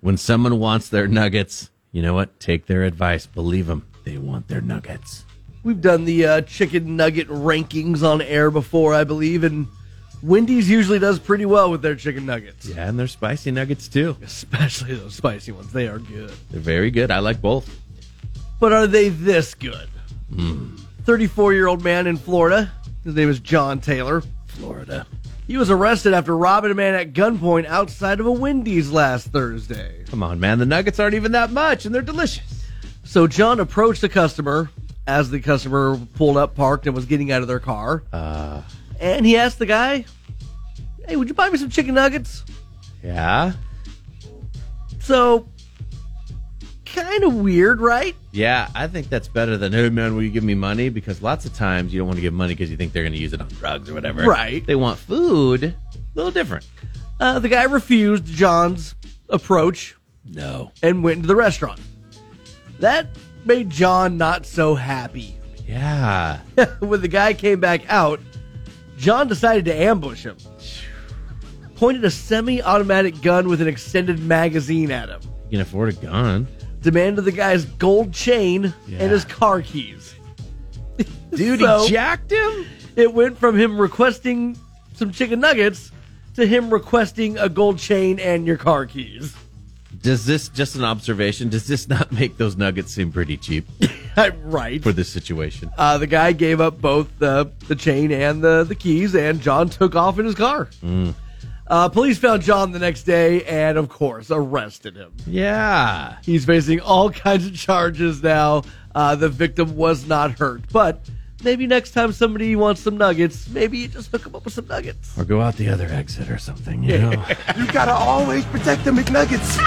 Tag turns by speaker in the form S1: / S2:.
S1: When someone wants their nuggets, you know what? Take their advice. Believe them. They want their nuggets.
S2: We've done the uh, chicken nugget rankings on air before, I believe, and Wendy's usually does pretty well with their chicken nuggets,
S1: Yeah, and they're spicy nuggets too.
S2: especially those spicy ones. They are good.
S1: They're very good. I like both.
S2: But are they this good?
S1: Hmm.
S2: 34 year old man in Florida. His name is John Taylor.
S1: Florida.
S2: He was arrested after robbing a man at gunpoint outside of a Wendy's last Thursday.
S1: Come on, man. The nuggets aren't even that much, and they're delicious.
S2: So John approached the customer as the customer pulled up, parked, and was getting out of their car.
S1: Uh,
S2: And he asked the guy, Hey, would you buy me some chicken nuggets?
S1: yeah,
S2: So, kind of weird, right?
S1: yeah. I think that's better than hey man, will you give me money? Because lots of times you don't want to give money because you think they're going to use it on drugs or whatever.
S2: Right.
S1: They want food. A little different.
S2: Uh, the guy refused John's approach
S1: No.
S2: and went into the restaurant. That made John not so happy.
S1: Yeah.
S2: when the guy came back out, John decided to ambush him. Pointed a semi automatic gun with an extended magazine at him,
S1: You can afford a gun.
S2: demanded the guy's gold chain
S1: Yeah.
S2: and his car keys.
S1: Dude,
S2: So-
S1: he jacked him.
S2: It went from him requesting some chicken nuggets to him requesting a gold chain and your car keys.
S1: Does this just an observation? Does this not make those nuggets seem pretty cheap
S2: right.
S1: for this situation?
S2: Uh, the guy gave up both the, the chain and the, the keys, and John took off in his car. Uh, police found John the next day and, of course, arrested him.
S1: Yeah.
S2: He's facing all kinds of charges now. Uh, the victim was not hurt, but maybe next time somebody wants some nuggets, maybe you just hook them up with some nuggets.
S1: Or go out the other exit or something. You know.
S3: You gotta always protect the McNuggets.